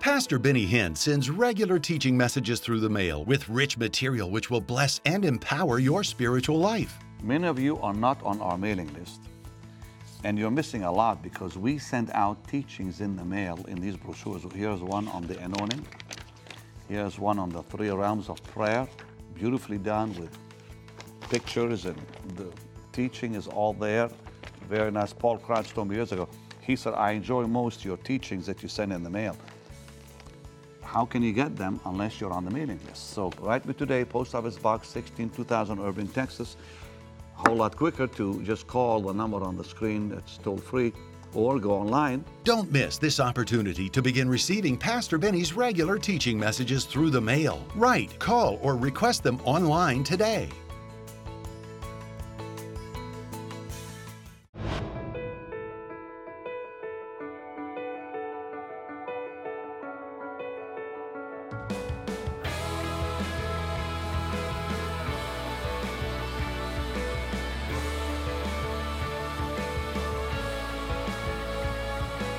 Pastor Benny Hinn sends regular teaching messages through the mail with rich material which will bless and empower your spiritual life. Many of you are not on our mailing list, and you're missing a lot because we send out teachings in the mail in these brochures. Here's one on the anointing, here's one on the three realms of prayer, beautifully done with pictures, and the teaching is all there. Very nice. Paul Crouch told me years ago, he said, I enjoy most your teachings that you send in the mail. How can you get them unless you're on the mailing list? So write me today, Post Office Box 16, 2000 Irving, Texas. A whole lot quicker to just call the number on the screen, it's toll free, or go online. Don't miss this opportunity to begin receiving Pastor Benny's regular teaching messages through the mail. Write, call, or request them online today.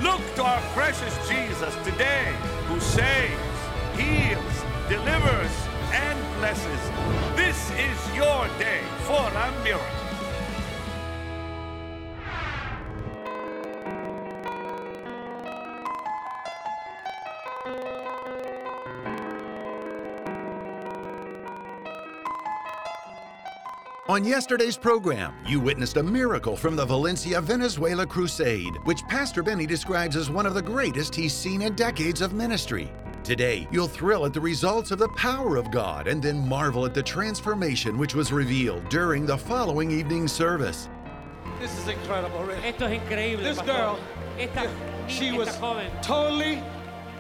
Look to our precious Jesus today, who saves, heals, delivers, and blesses. This is your day for a miracle. On yesterday's program, you witnessed a miracle from the Valencia Venezuela Crusade, which Pastor Benny describes as one of the greatest he's seen in decades of ministry. Today, you'll thrill at the results of the power of God and then marvel at the transformation which was revealed during the following evening service. This is incredible, really. Esto es increíble. This pastor. girl, esta, she esta was joven, totally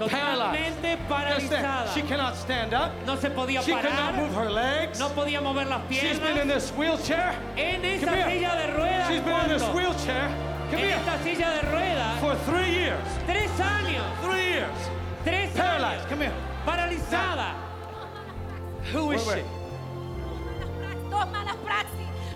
paralyzed. totalmente Just that. paralizada. She cannot stand up. no se podía She cannot move parar, her legs. no podía mover las She's been in piernas. this wheelchair. En esa Come here. silla de ruedas, She's been in this ¿cuánto? wheelchair. Come en here. esta silla de ruedas, For three years. tres años, Three years. tres Paralyzed. Come años, here. paralizada. Who is Wait, she? wait. dos malas praxis.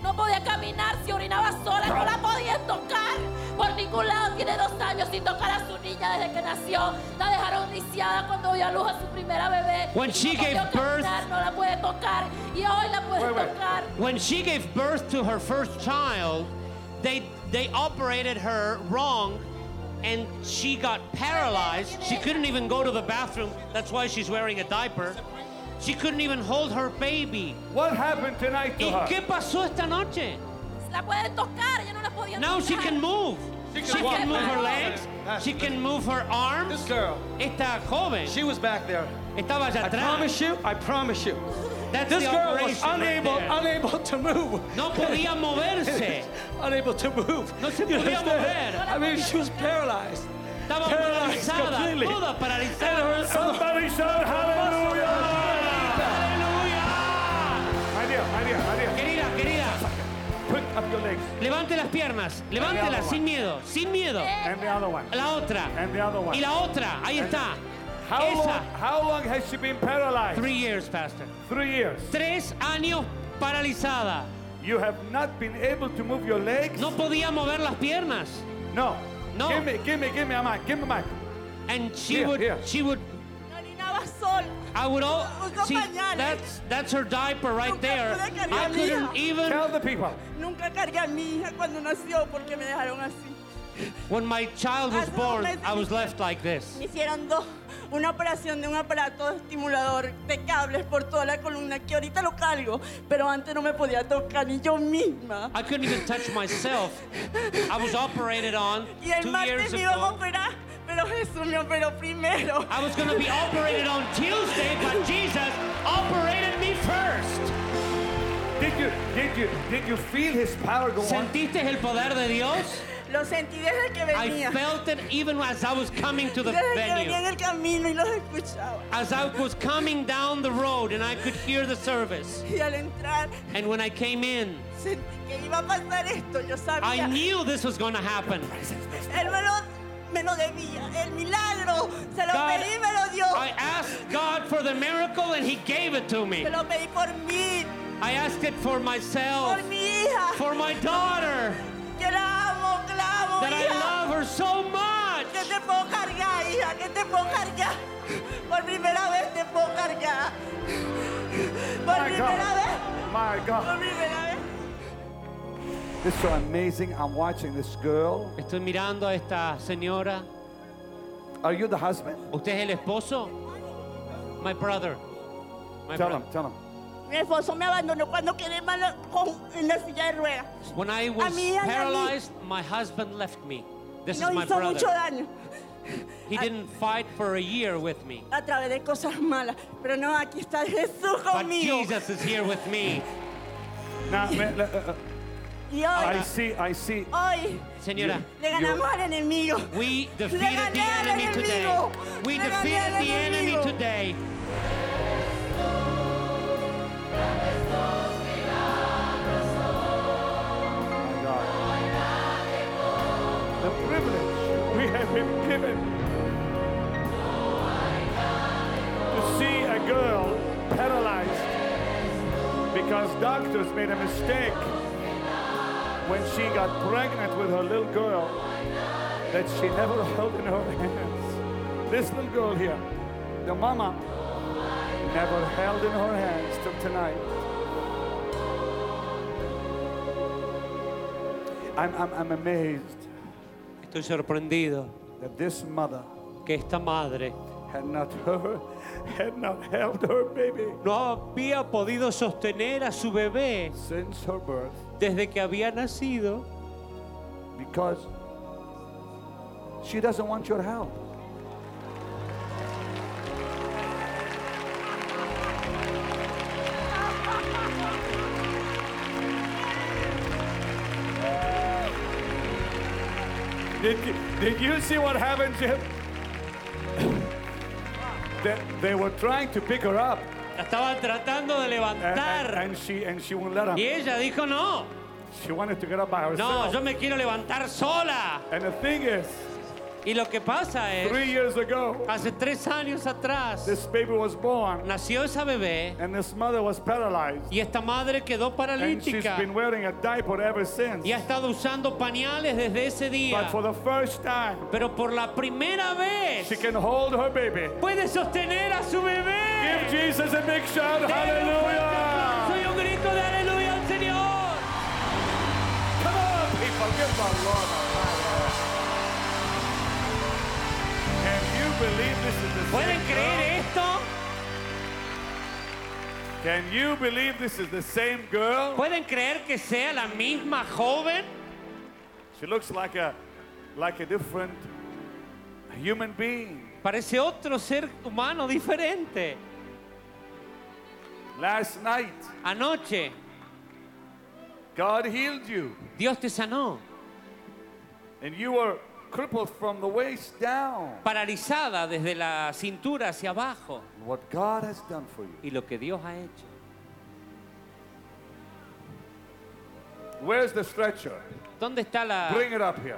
No podía caminar, si orinaba sola, no la podían tocar por ningún lado. Tiene dos años sin tocar a su niña desde que nació. La dejaron lisiada cuando dio a luz a su primera bebé. When she no podía gave birth- caminar, no la puede tocar y hoy la puede Wait, wait. tocar. When she gave birth to her first child, they they operated her wrong. And she got paralyzed. She couldn't even go to the bathroom. That's why she's wearing a diaper. She couldn't even hold her baby. What happened tonight ¿Y qué pasó esta noche? La puede tocar, ella no la podía Now tocar. she can move. She can She walk. can move her legs. That's- She can move her This arms. girl. Esta joven She was back there. estaba allá I atrás. promise you. I promise you. That's This the girl was operation right unable, there. unable to move. No podía moverse. unable to move. No se You podía understand? mover. I mean, she was paralyzed. Estaba Paralyzed paralizada, completely. toda And paralizada. her, Somebody shout hallelujah! ¡Aleluya! My dear, my dear, my dear. Querida, querida, Quick up your legs. levante las piernas, other levántela one. sin miedo, sin miedo. And the other one. La otra. And the other one. Y la otra, ahí está. How long, Esa. how long has she been paralyzed? Three years, Pastor. Three years. Tres años paralizada. You have not been able to move your legs? No podía mover las piernas. No. No. Give me, give me, give me a mic. Give me a mic. And she Here, would, here. she would Orinaba sola. I would all Usó see pañales. that's that's her diaper right Nunca there. pude cargar I mi couldn't hija. even Tell the people. Nunca cargué a mi hija cuando nació porque me dejaron así. when my child was Hace dos born, meses I was hice- left like this. Me hicieron dos, una operación de un aparato estimulador de cables por toda la columna que ahorita lo cargo, pero antes no me podía tocar ni yo misma. I couldn't even touch myself. I was operated on Y el two martes years me iban a ago. operar, pero Jesús me operó primero. I was gonna be operated on Tuesday, but Jesus operated me first. Did you, did you, did you feel his power go on? ¿Sentiste el poder de Dios? Lo sentí desde que I venía. felt it even as I was coming to the Desde que venía en venue. el camino y los escuchaba. As I was coming down the road and I could hear the service. Y al entrar And when I came in, sentí que iba a pasar esto, yo I sabía. knew this was gonna happen. Él me lo, me lo debía, el milagro. Se lo God, pedí, me lo dio. I asked God for the miracle and He gave it to me. Se lo pedí por mí, I asked it for myself, por mi hija, for my daughter, que la amo, que la amo, that I hija. love her so Que much. te puedo cargar, hija, que te puedo cargar. larga. Por My primera vez, God. My por God. primera vez. This is so amazing. I'm watching this girl. Estoy mirando a esta señora. Are you the husband? ¿Usted es el esposo? My brother. My Tell bro- him, tell him. Mi esposo me abandonó cuando quedé mal con, en la silla de ruedas. When I was mí, a mí. paralyzed, my husband left me. This Nos is my hizo brother. mucho daño He didn't fight for a year with me. a través de cosas malas. Pero no, aquí está Jesús But conmigo. Jesus is here with me. Now, ma- le- uh, uh, Y hoy, I see, I see. hoy Señora, le ganamos al enemigo. we defeated the gané al enemy today. enemigo. We Le gané defeated al the enemy enemigo. today. My God. The privilege we have been given to see a girl paralyzed because doctors made a mistake when she got pregnant with her little girl that she never held in her hands. This little girl here, the mama, never held in her hands till tonight. I'm, I'm, I'm amazed Estoy sorprendido that this mother que esta madre had not her, had not held her baby no había podido sostener a su bebé since her birth desde que había nacido because she doesn't want your help. Did you, did you see what happened, Jim? they, they were trying to pick her up, La estaban tratando de and, and- levantar. and she and she wouldn't let them. Y ella dijo, no, She wanted to get up by no, herself. yo me quiero levantar sola. And the thing is, Y lo que pasa es, three years ago, hace tres años atrás, this baby was born, nació esa bebé and this mother was paralyzed, y esta madre quedó and she's paralítica been wearing a diaper ever since. y ha estado usando pañales desde ese But día. for the first time, Pero por la primera she vez can hold her baby. puede sostener a su Give bebé. Jesus a big shout! Dale un fuerte aplauso Hallelujah! y un grito de aleluya al Señor. Come on, people, give the Lord a high Can you believe this is the ¿Pueden same girl? creer esto? Can you believe this is the same girl? ¿Pueden creer que sea la misma joven? She looks like a like a different human being. Parece otro ser humano diferente. Last night, Anoche God healed you, Dios te sanó, and you were crippled from the waist down. paralizada desde la cintura hacia abajo. What God has done for you. Y lo que Dios ha hecho. Where's the stretcher? ¿Dónde está la... Bring it up here.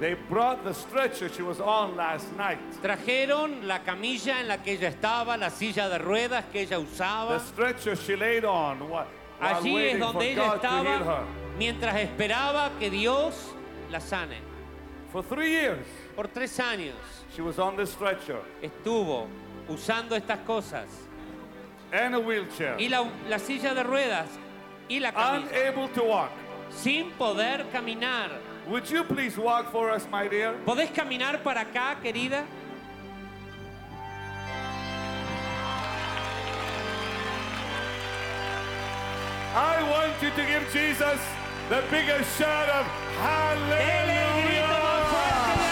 They brought the stretcher she was on last night. Trajeron la camilla en la que ella estaba, la silla de ruedas que ella The usaba. stretcher she laid on whi- while Uh-huh. Allí es waiting for donde ella God to heal estaba her. mientras esperaba que Dios la sane. For three years, Por tres años she was on the stretcher estuvo usando estas cosas. and a wheelchair, Y la, la silla de ruedas y la camilla. unable to walk. Sin poder caminar. Would you please walk for us, my dear? ¿Podés caminar para acá, querida? I want you to give Jesus the biggest shout of Dele el grito más fuerte de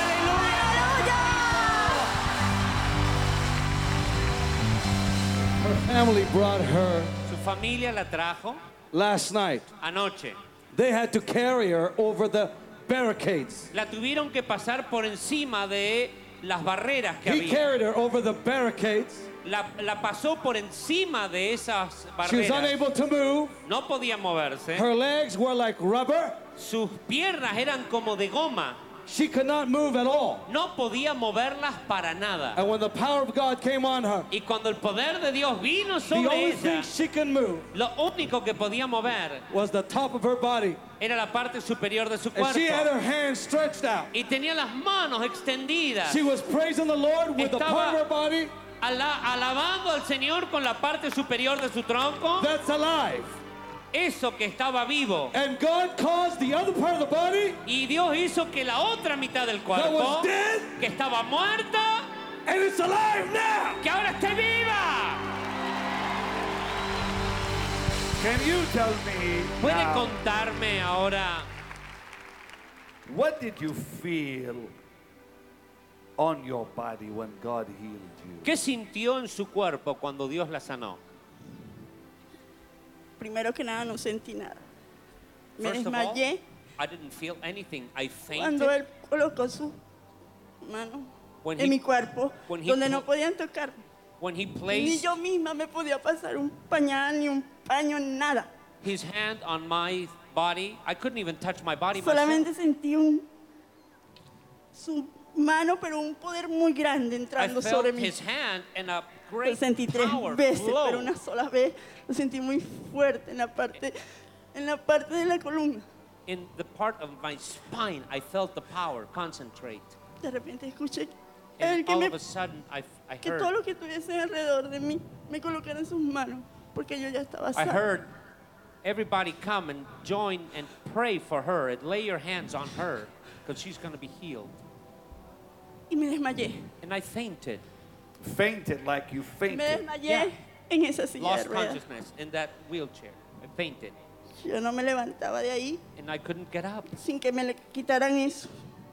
aleluya. hallelujah. Her family brought her Su familia la trajo last night. anoche. They had to carry her over the barricades. La tuvieron que pasar por encima de las barreras que He había. carried her over the barricades. La, la pasó por encima de esas She was barreras. Eh? unable to move. No podía moverse. Her legs were like rubber. Sus piernas eran como de goma. She could not move at all. No podía moverlas para nada. And when the power of God came on her, Y cuando el poder de Dios vino the sobre only thing ella, she could move lo único que podía mover was the top of her body. era la parte superior de su And she had her cuerpo. hands stretched out. Y tenía las manos extendidas. She was praising the Lord with the part of her body Ala- alabando al Señor con la parte superior de su tronco, that's alive. eso que estaba vivo. And God caused the other part of the body Y Dios hizo que la otra mitad del cuerpo, was dead. que estaba muerta, and it's alive now. que ahora esté viva. Can you tell me ¿Puede now, contarme ahora what did you feel on your body when God healed you? qué sintió en su cuerpo cuando Dios la sanó? Primero que nada, no sentí nada. Me First of all, desmayé I didn't feel anything. I fainted. cuando él colocó su mano When en he- mi cuerpo, when he donde put- no podían tocarme. When he Ni placed yo misma me podía pasar un pañal, ni un paño, nada. his hand on my body, I couldn't even touch my body. myself. Solamente sentí un, su mano, pero un poder muy grande I entrando felt sobre mí. his hand and a Lo great sentí tres power veces, flow. pero una sola vez. Lo sentí muy fuerte en la parte, en la parte de la columna. In the part of my spine, I felt the power concentrate. De repente escuché el And que, all me- of a sudden, I, I que todo heard, lo que estuviese alrededor de mí me colocaran sus manos, porque yo ya estaba I sana. heard everybody come and join and pray for her and lay your hands on her because she's going to be healed. Y me desmayé. And I fainted, Fainted like you Me fainted. desmayé Yeah. en esa silla de lost ruedas. consciousness in that wheelchair. I fainted, Yo no me levantaba de ahí and I couldn't get up. sin que me le quitaran eso.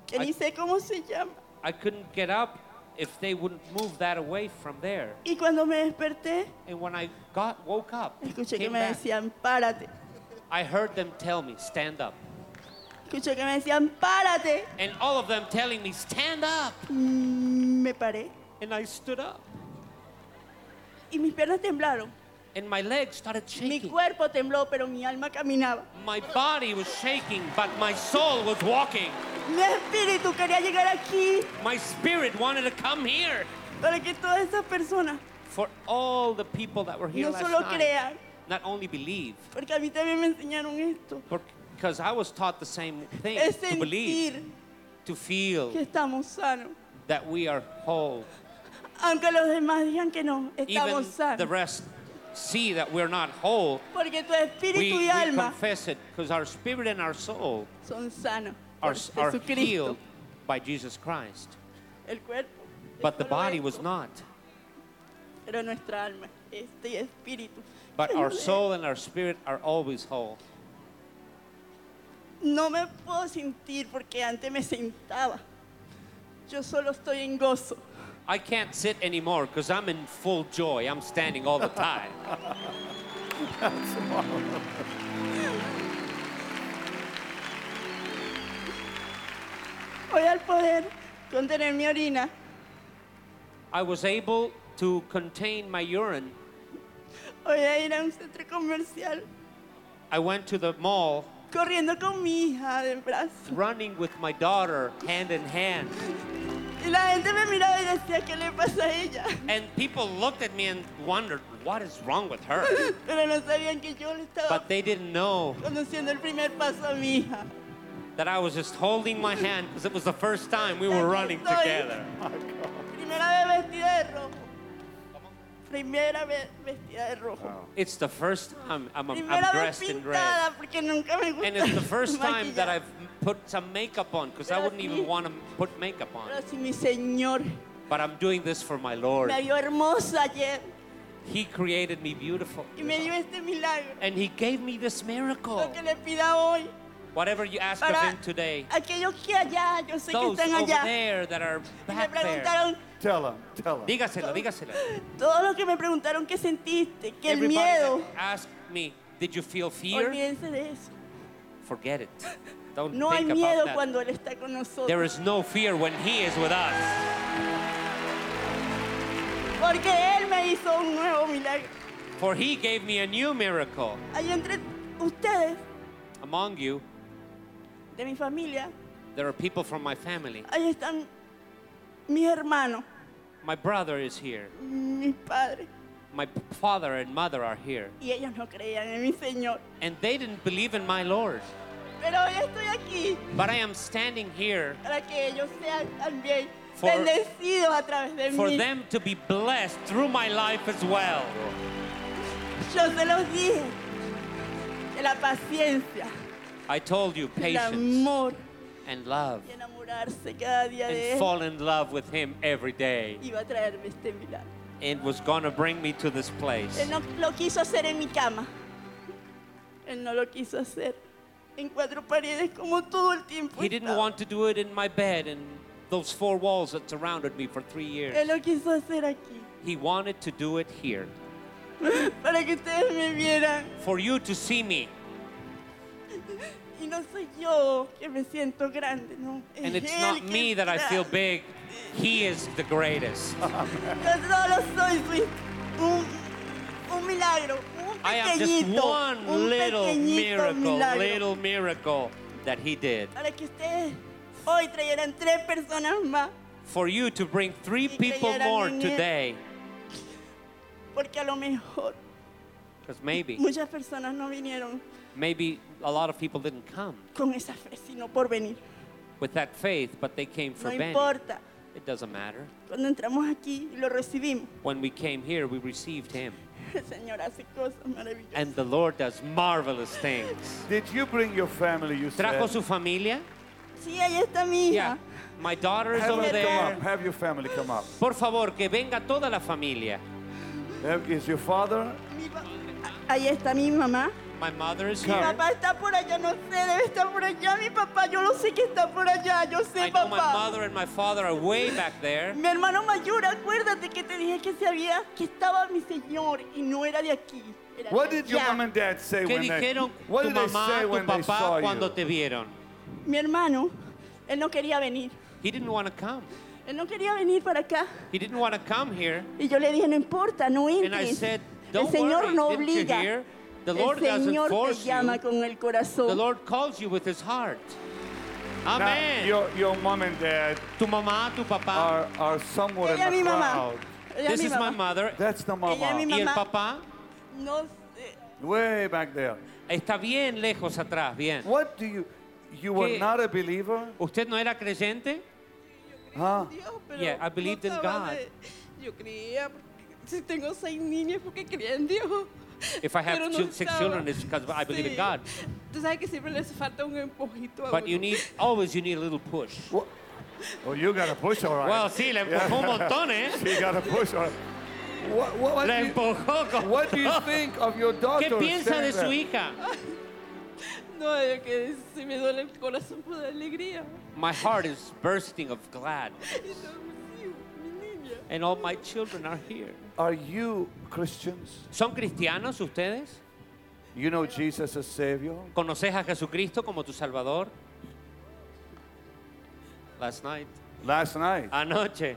Que Ay. ni sé cómo se llama. I couldn't get up if they wouldn't move that away from there. Y cuando me desperté, And when I got woke up, escuché que came me back, decían, párate. I heard them tell me, stand up. Escuché que me decían, párate. And all of them telling me, stand up. Mm, Me paré And I stood up. y mis piernas temblaron. And my legs started Mi shaking. cuerpo tembló, pero mi alma caminaba. My body was shaking, but my soul was walking. Mi espíritu quería llegar aquí My spirit wanted to come here para que todas esas personas for all the people that were here no last solo night. crean, Not only believe, porque a mí también me enseñaron esto, because I was taught the same thing es to believe, sentir to feel que estamos sanos. that we are whole. Aunque los demás digan que no, Even estamos the sanos. rest see that we're not whole. Porque tu espíritu We, y we alma confess it because our spirit and our soul son sanos. are, por are Jesucristo. healed by Jesus Christ. El cuerpo. es But the solo body esto, was not. Pero nuestra alma, este espíritu. But lleno our de- soul and our spirit are always whole. No me puedo sentir porque antes me sentaba. Yo solo estoy en gozo. I can't sit anymore because I'm in full joy. I'm standing all the time. Voy al poder contener mi orina I was able to contain my urine. Voy a ir a un centro comercial I went to the mall corriendo con mi hija de brazo. running with my daughter hand in hand. Y la gente me miraba y decía, ¿qué le pasa a ella? And people looked at me and wondered, what is wrong with her? Pero no sabían que yo le estaba But they didn't know conduciendo el primer paso a mi hija. that I was just holding my hand because it was the first time we were running Estoy- together. Primera vez vestida de rojo. Primera vez vestida de rojo. It's the first time I'm, I'm, Primera vez dressed in red. pintada porque nunca me gusta. And it's the first time that maquillar. I've put some makeup on because I Pero wouldn't even sí. want to put makeup on. Pero si mi señor But I'm doing this for my Lord. me vio hermosa ayer He created me beautiful. y me dio este milagro, And He gave me this miracle. lo que le pida hoy Whatever you ask of para Him today, aquellos que allá, yo sé que those están over allá. there that are Y me back there, preguntaron, Tell him, tell him. dígaselo, dígaselo. todo lo que me preguntaron que sentiste, que el Everybody miedo, that asked me, Did you feel fear? olvídense de eso. Forget it. Don't No hay think miedo about that. cuando Él está con There nosotros, is no fear when He is with us porque Él me hizo un nuevo milagro. for He gave me a new miracle Hay entre ustedes, among you de mi familia, There are people from my family. Ahí están mis hermanos, My brother is here. mis padres. My p- father and mother are here. Y ellos no creían en mi Señor. And they didn't believe in my Lord. Pero hoy estoy aquí But I am standing here para que ellos sean también For- bendecidos a través de for mí. them to be blessed through my life as well. Yo se los dije que la paciencia, I told you, el patience amor and love. y enamorarse cada día de And él fall in love with Him every day. iba a traerme este milagro. It was gonna bring me to this place. Él no lo quiso hacer en mi cama. Él no lo quiso hacer en cuatro paredes como todo el tiempo. He didn't estaba. want to do it in my bed and those four walls that surrounded me for three Él years. lo quiso hacer aquí. He wanted to do it here. Para que ustedes me vieran. For you to see me. Y no soy yo que me siento grande, no. Es And it's él not que me es that I feel big. grande. He is the greatest. Yo solo soy su- un, un milagro, un I am just pequeñito, one un little pequeñito miracle, milagro. little miracle that he did. Para que ustedes hoy trayeran tres personas más, For you to bring three Y people creyeran more en él. today, porque a lo mejor because maybe, muchas personas no vinieron maybe a lot of people didn't come con esa fe, sino por venir. with that faith, but they came for No Benny. importa. It doesn't matter. Cuando entramos aquí y lo recibimos, When we came here, we received him. el Señor hace cosas maravillosas. And the Lord does marvelous things. Did you bring your family? You Trajo said. su familia? Sí, ahí está mi Yeah. hija. My daughter is Have over them come up. there. Um, Have your family come up. Por favor, que venga toda la familia. Have- Uh, Is your father? Mi pa- ahí está mi mamá. My mother is Mi here. papá está por allá, no sé, debe estar por allá. Mi papá, yo lo sé que está por allá, yo sé, I know my papá. mother and my father are way back there. Mi hermano mayor, acuérdate que te dije que se había, que estaba mi señor y no era de aquí. era What de did your allá. mom and dad say ¿Qué when they? dijeron What tu did they mamá, say tu when they saw papá cuando te you? vieron? Mi hermano, él no quería venir. He didn't want to come. Él no quería venir para acá. He didn't want to come here. Y yo le dije, no importa, no And I entres. said, el don't Señor worry, no didn't you obliga. hear? The Lord el doesn't Señor te force llama you. con el The corazón. Lord calls you with his heart. Now, Amen. your your mom and dad Tu mamá, tu papá. are are somewhere Ella es mi in the mamá. crowd. Ella es This mi is my mamá. mother. That's the Ella es mi mama. Y el mamá. papá No sé. Way back there. está bien lejos atrás, bien. What do you? You were ¿Qué? not a believer, ¿Usted no era creyente? huh? Dios, pero Yeah, I believed in gustaba God. de- yo creía, porque si tengo seis niños porque creía en Dios. If I have Pero two- six estaba. children, it's 'cause I believe in God. Tú sabes que siempre le hace falta un empujito a But uno. you need, always you need a little push. Oh, you gotta push, all right. Well, sí, le empujó un montón, ¿eh? you gotta push, all right. What, what, what, Le do you, empujó con... what do you think of your daughter? ¿Qué piensa de standing su there? hija? No, yo que se me duele el corazón por la alegría. My heart is bursting of glad, Y todo mi hijo, mi niña. and all my children are here. Are you Christians? ¿Son cristianos ustedes? You know Jesus as Savior? ¿Conoces a Jesucristo como tu Salvador? Last night, Last night, anoche,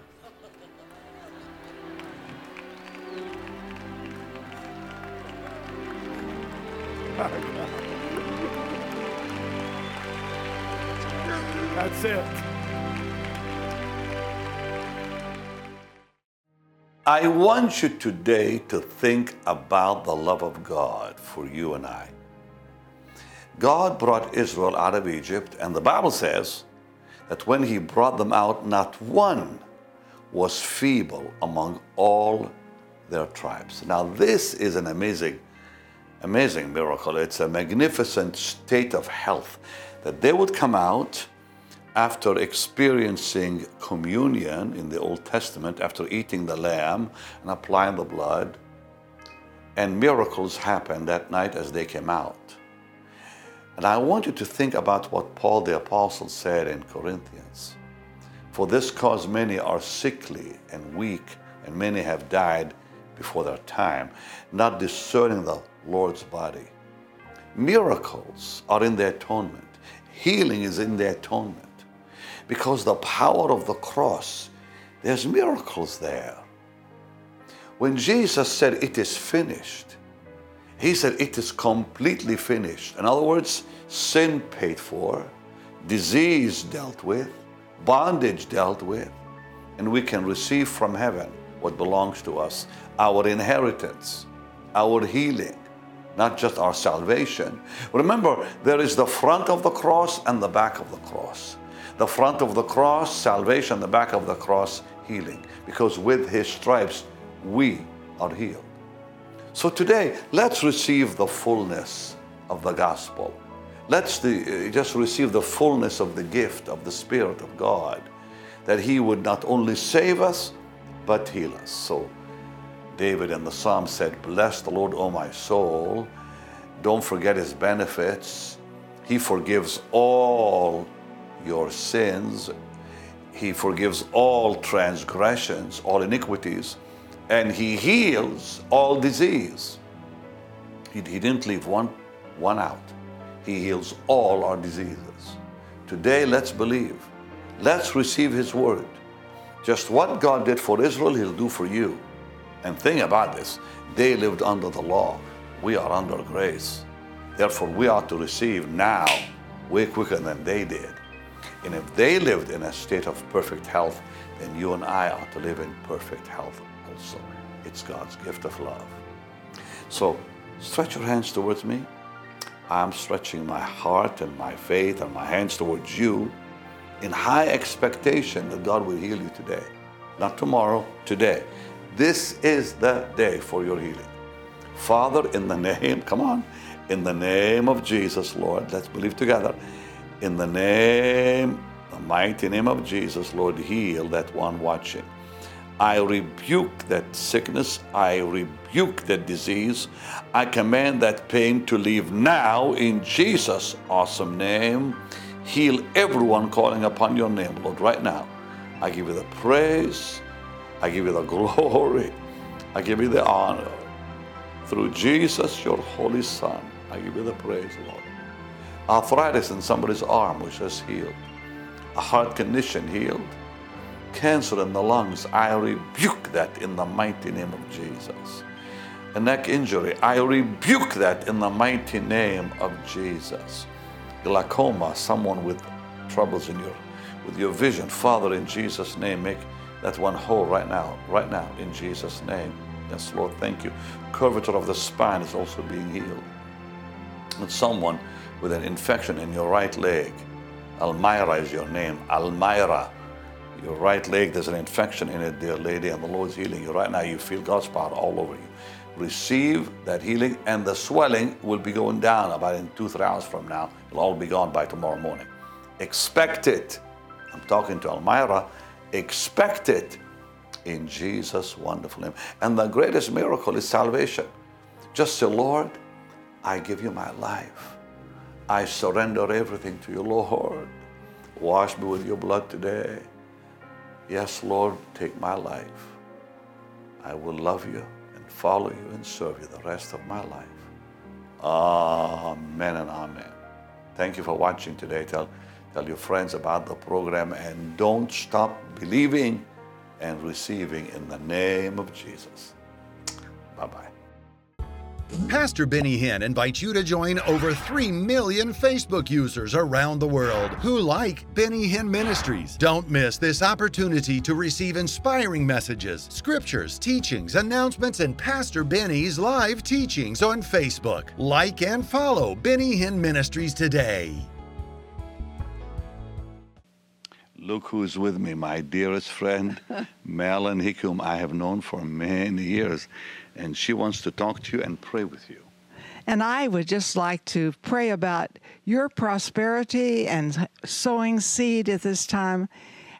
that's it. I want you today to think about the love of God for you and I. God brought Israel out of Egypt, and the Bible says that when He brought them out, not one was feeble among all their tribes. Now, this is an amazing, amazing miracle. It's a magnificent state of health that they would come out after experiencing communion in the Old Testament, after eating the lamb and applying the blood, and miracles happened that night as they came out. And I want you to think about what Paul the Apostle said in Corinthians. For this cause many are sickly and weak, and many have died before their time, not discerning the Lord's body. Miracles are in the atonement. Healing is in the atonement. Because the power of the cross, there's miracles there. When Jesus said, It is finished, he said, It is completely finished. In other words, sin paid for, disease dealt with, bondage dealt with, and we can receive from heaven what belongs to us our inheritance, our healing, not just our salvation. Remember, there is the front of the cross and the back of the cross. The front of the cross, salvation, the back of the cross, healing. Because with his stripes, we are healed. So today, let's receive the fullness of the gospel. Let's the, uh, just receive the fullness of the gift of the Spirit of God, that He would not only save us, but heal us. So David in the Psalm said, Bless the Lord, O my soul. Don't forget His benefits. He forgives all your sins. He forgives all transgressions, all iniquities, and He heals all disease. He, he didn't leave one, one out. He heals all our diseases. Today, let's believe. Let's receive His word. Just what God did for Israel, He'll do for you. And think about this they lived under the law, we are under grace. Therefore, we are to receive now way quicker than they did. And if they lived in a state of perfect health, then you and I are to live in perfect health also. It's God's gift of love. So stretch your hands towards me. I'm stretching my heart and my faith and my hands towards you in high expectation that God will heal you today. Not tomorrow, today. This is the day for your healing. Father, in the name, come on, in the name of Jesus, Lord, let's believe together. In the name, the mighty name of Jesus, Lord, heal that one watching. I rebuke that sickness. I rebuke that disease. I command that pain to leave now in Jesus' awesome name. Heal everyone calling upon your name, Lord, right now. I give you the praise. I give you the glory. I give you the honor. Through Jesus, your Holy Son, I give you the praise, Lord. Arthritis in somebody's arm was just healed. A heart condition healed. Cancer in the lungs, I rebuke that in the mighty name of Jesus. A neck injury, I rebuke that in the mighty name of Jesus. Glaucoma, someone with troubles in your with your vision, Father, in Jesus' name, make that one whole right now, right now, in Jesus' name. Yes, Lord, thank you. Curvature of the spine is also being healed. And someone with an infection in your right leg, Almira is your name, Almira. Your right leg, there's an infection in it, dear lady, and the Lord's healing you right now. You feel God's power all over you. Receive that healing, and the swelling will be going down about in two, three hours from now. It'll all be gone by tomorrow morning. Expect it. I'm talking to Almira expect it in Jesus' wonderful name. And the greatest miracle is salvation. Just say, Lord, I give you my life. I surrender everything to you, Lord. Wash me with your blood today. Yes, Lord, take my life. I will love you and follow you and serve you the rest of my life. Amen and amen. Thank you for watching today. Tell, tell your friends about the program and don't stop believing and receiving in the name of Jesus. Bye bye. Pastor Benny Hinn invites you to join over 3 million Facebook users around the world who like Benny Hinn Ministries. Don't miss this opportunity to receive inspiring messages, scriptures, teachings, announcements, and Pastor Benny's live teachings on Facebook. Like and follow Benny Hinn Ministries today. Look who's with me, my dearest friend, Marilyn Hickam, I have known for many years, and she wants to talk to you and pray with you. And I would just like to pray about your prosperity and sowing seed at this time,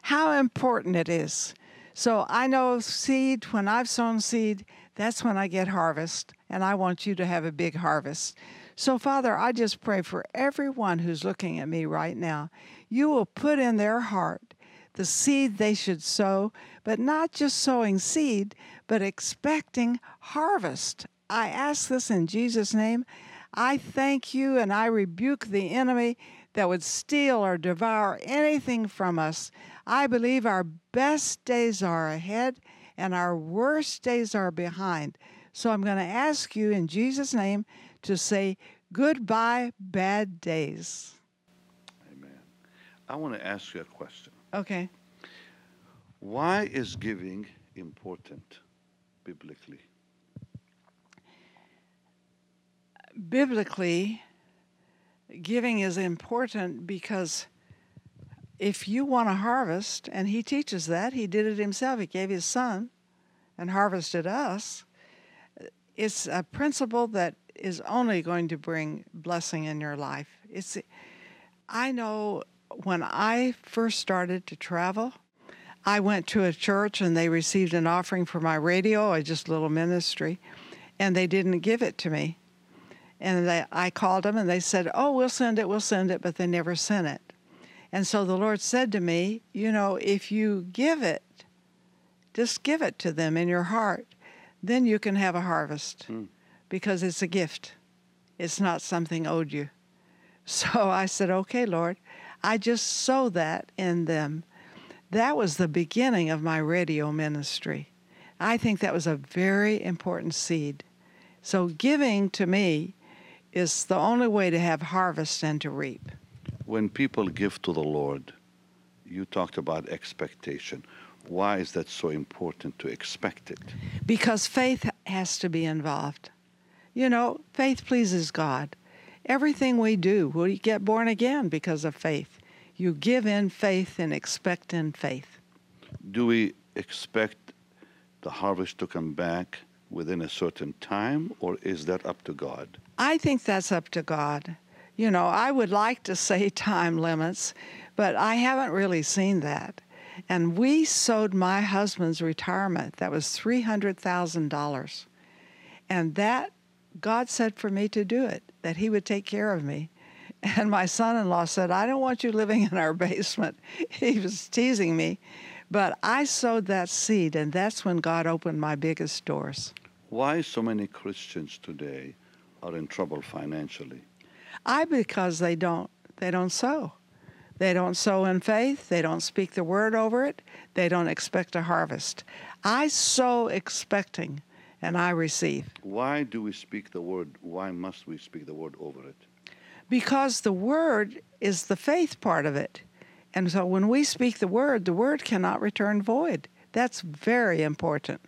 how important it is. So I know seed, when I've sown seed, that's when I get harvest, and I want you to have a big harvest. So, Father, I just pray for everyone who's looking at me right now. You will put in their heart the seed they should sow, but not just sowing seed, but expecting harvest. I ask this in Jesus' name. I thank you and I rebuke the enemy that would steal or devour anything from us. I believe our best days are ahead and our worst days are behind. So I'm going to ask you in Jesus' name to say goodbye, bad days. Amen. I want to ask you a question. Okay. Why is giving important biblically? Biblically, giving is important because if you want to harvest, and he teaches that, he did it himself, he gave his son and harvested us. It's a principle that is only going to bring blessing in your life. It's I know when I first started to travel, I went to a church and they received an offering for my radio, I just little ministry, and they didn't give it to me. And they, I called them and they said, Oh, we'll send it, we'll send it, but they never sent it. And so the Lord said to me, You know, if you give it, just give it to them in your heart, then you can have a harvest because it's a gift. It's not something owed you. So I said, Okay, Lord, I just sow that in them. That was the beginning of my radio ministry. I think that was a very important seed. So giving to me is the only way to have harvest and to reap. When people give to the Lord, you talked about expectation. Why is that so important to expect it? because faith has to be involved. You know, faith pleases God. Everything we do, we get born again because of faith. You give in faith and expect in faith. Do we expect the harvest to come back within a certain time, or is that up to God? I think that's up to God. You know, I would like to say time limits, but I haven't really seen that. And we sowed my husband's retirement. That was $300,000. And that, God said for me to do it, that He would take care of me. And my son in law said, I don't want you living in our basement. He was teasing me. But I sowed that seed, and that's when God opened my biggest doors. Why so many Christians today are in trouble financially? I because they don't they don't sow. They don't sow in faith, they don't speak the word over it, they don't expect a harvest. I sow expecting and I receive. Why do we speak the word? Why must we speak the word over it? Because the word is the faith part of it. And so when we speak the word, the word cannot return void. That's very important.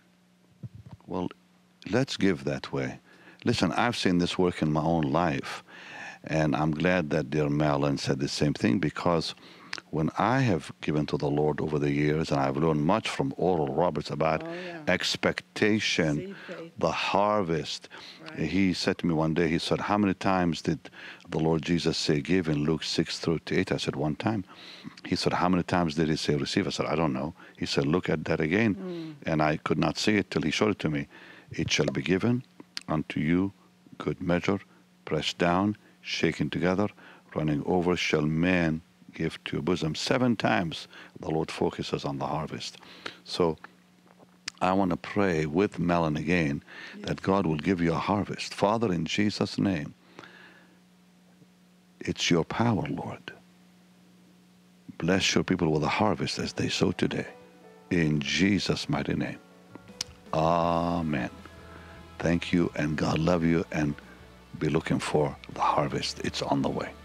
Well, let's give that way. Listen, I've seen this work in my own life, and I'm glad that dear Marilyn said the same thing because when I have given to the Lord over the years, and I've learned much from Oral Roberts about expectation, the harvest. He said to me one day, he said, How many times did the Lord Jesus say give in Luke 6 38? I said, One time. He said, How many times did he say receive? I said, I don't know. He said, Look at that again. And I could not see it till he showed it to me. It shall be given unto you, good measure, pressed down, shaken together, running over, shall man give to your bosom. Seven times the Lord focuses on the harvest. So I want to pray with Melon again that God will give you a harvest. Father, in Jesus' name, it's your power, Lord. Bless your people with a harvest as they sow today. In Jesus' mighty name. Amen. Thank you, and God love you, and be looking for the harvest. It's on the way.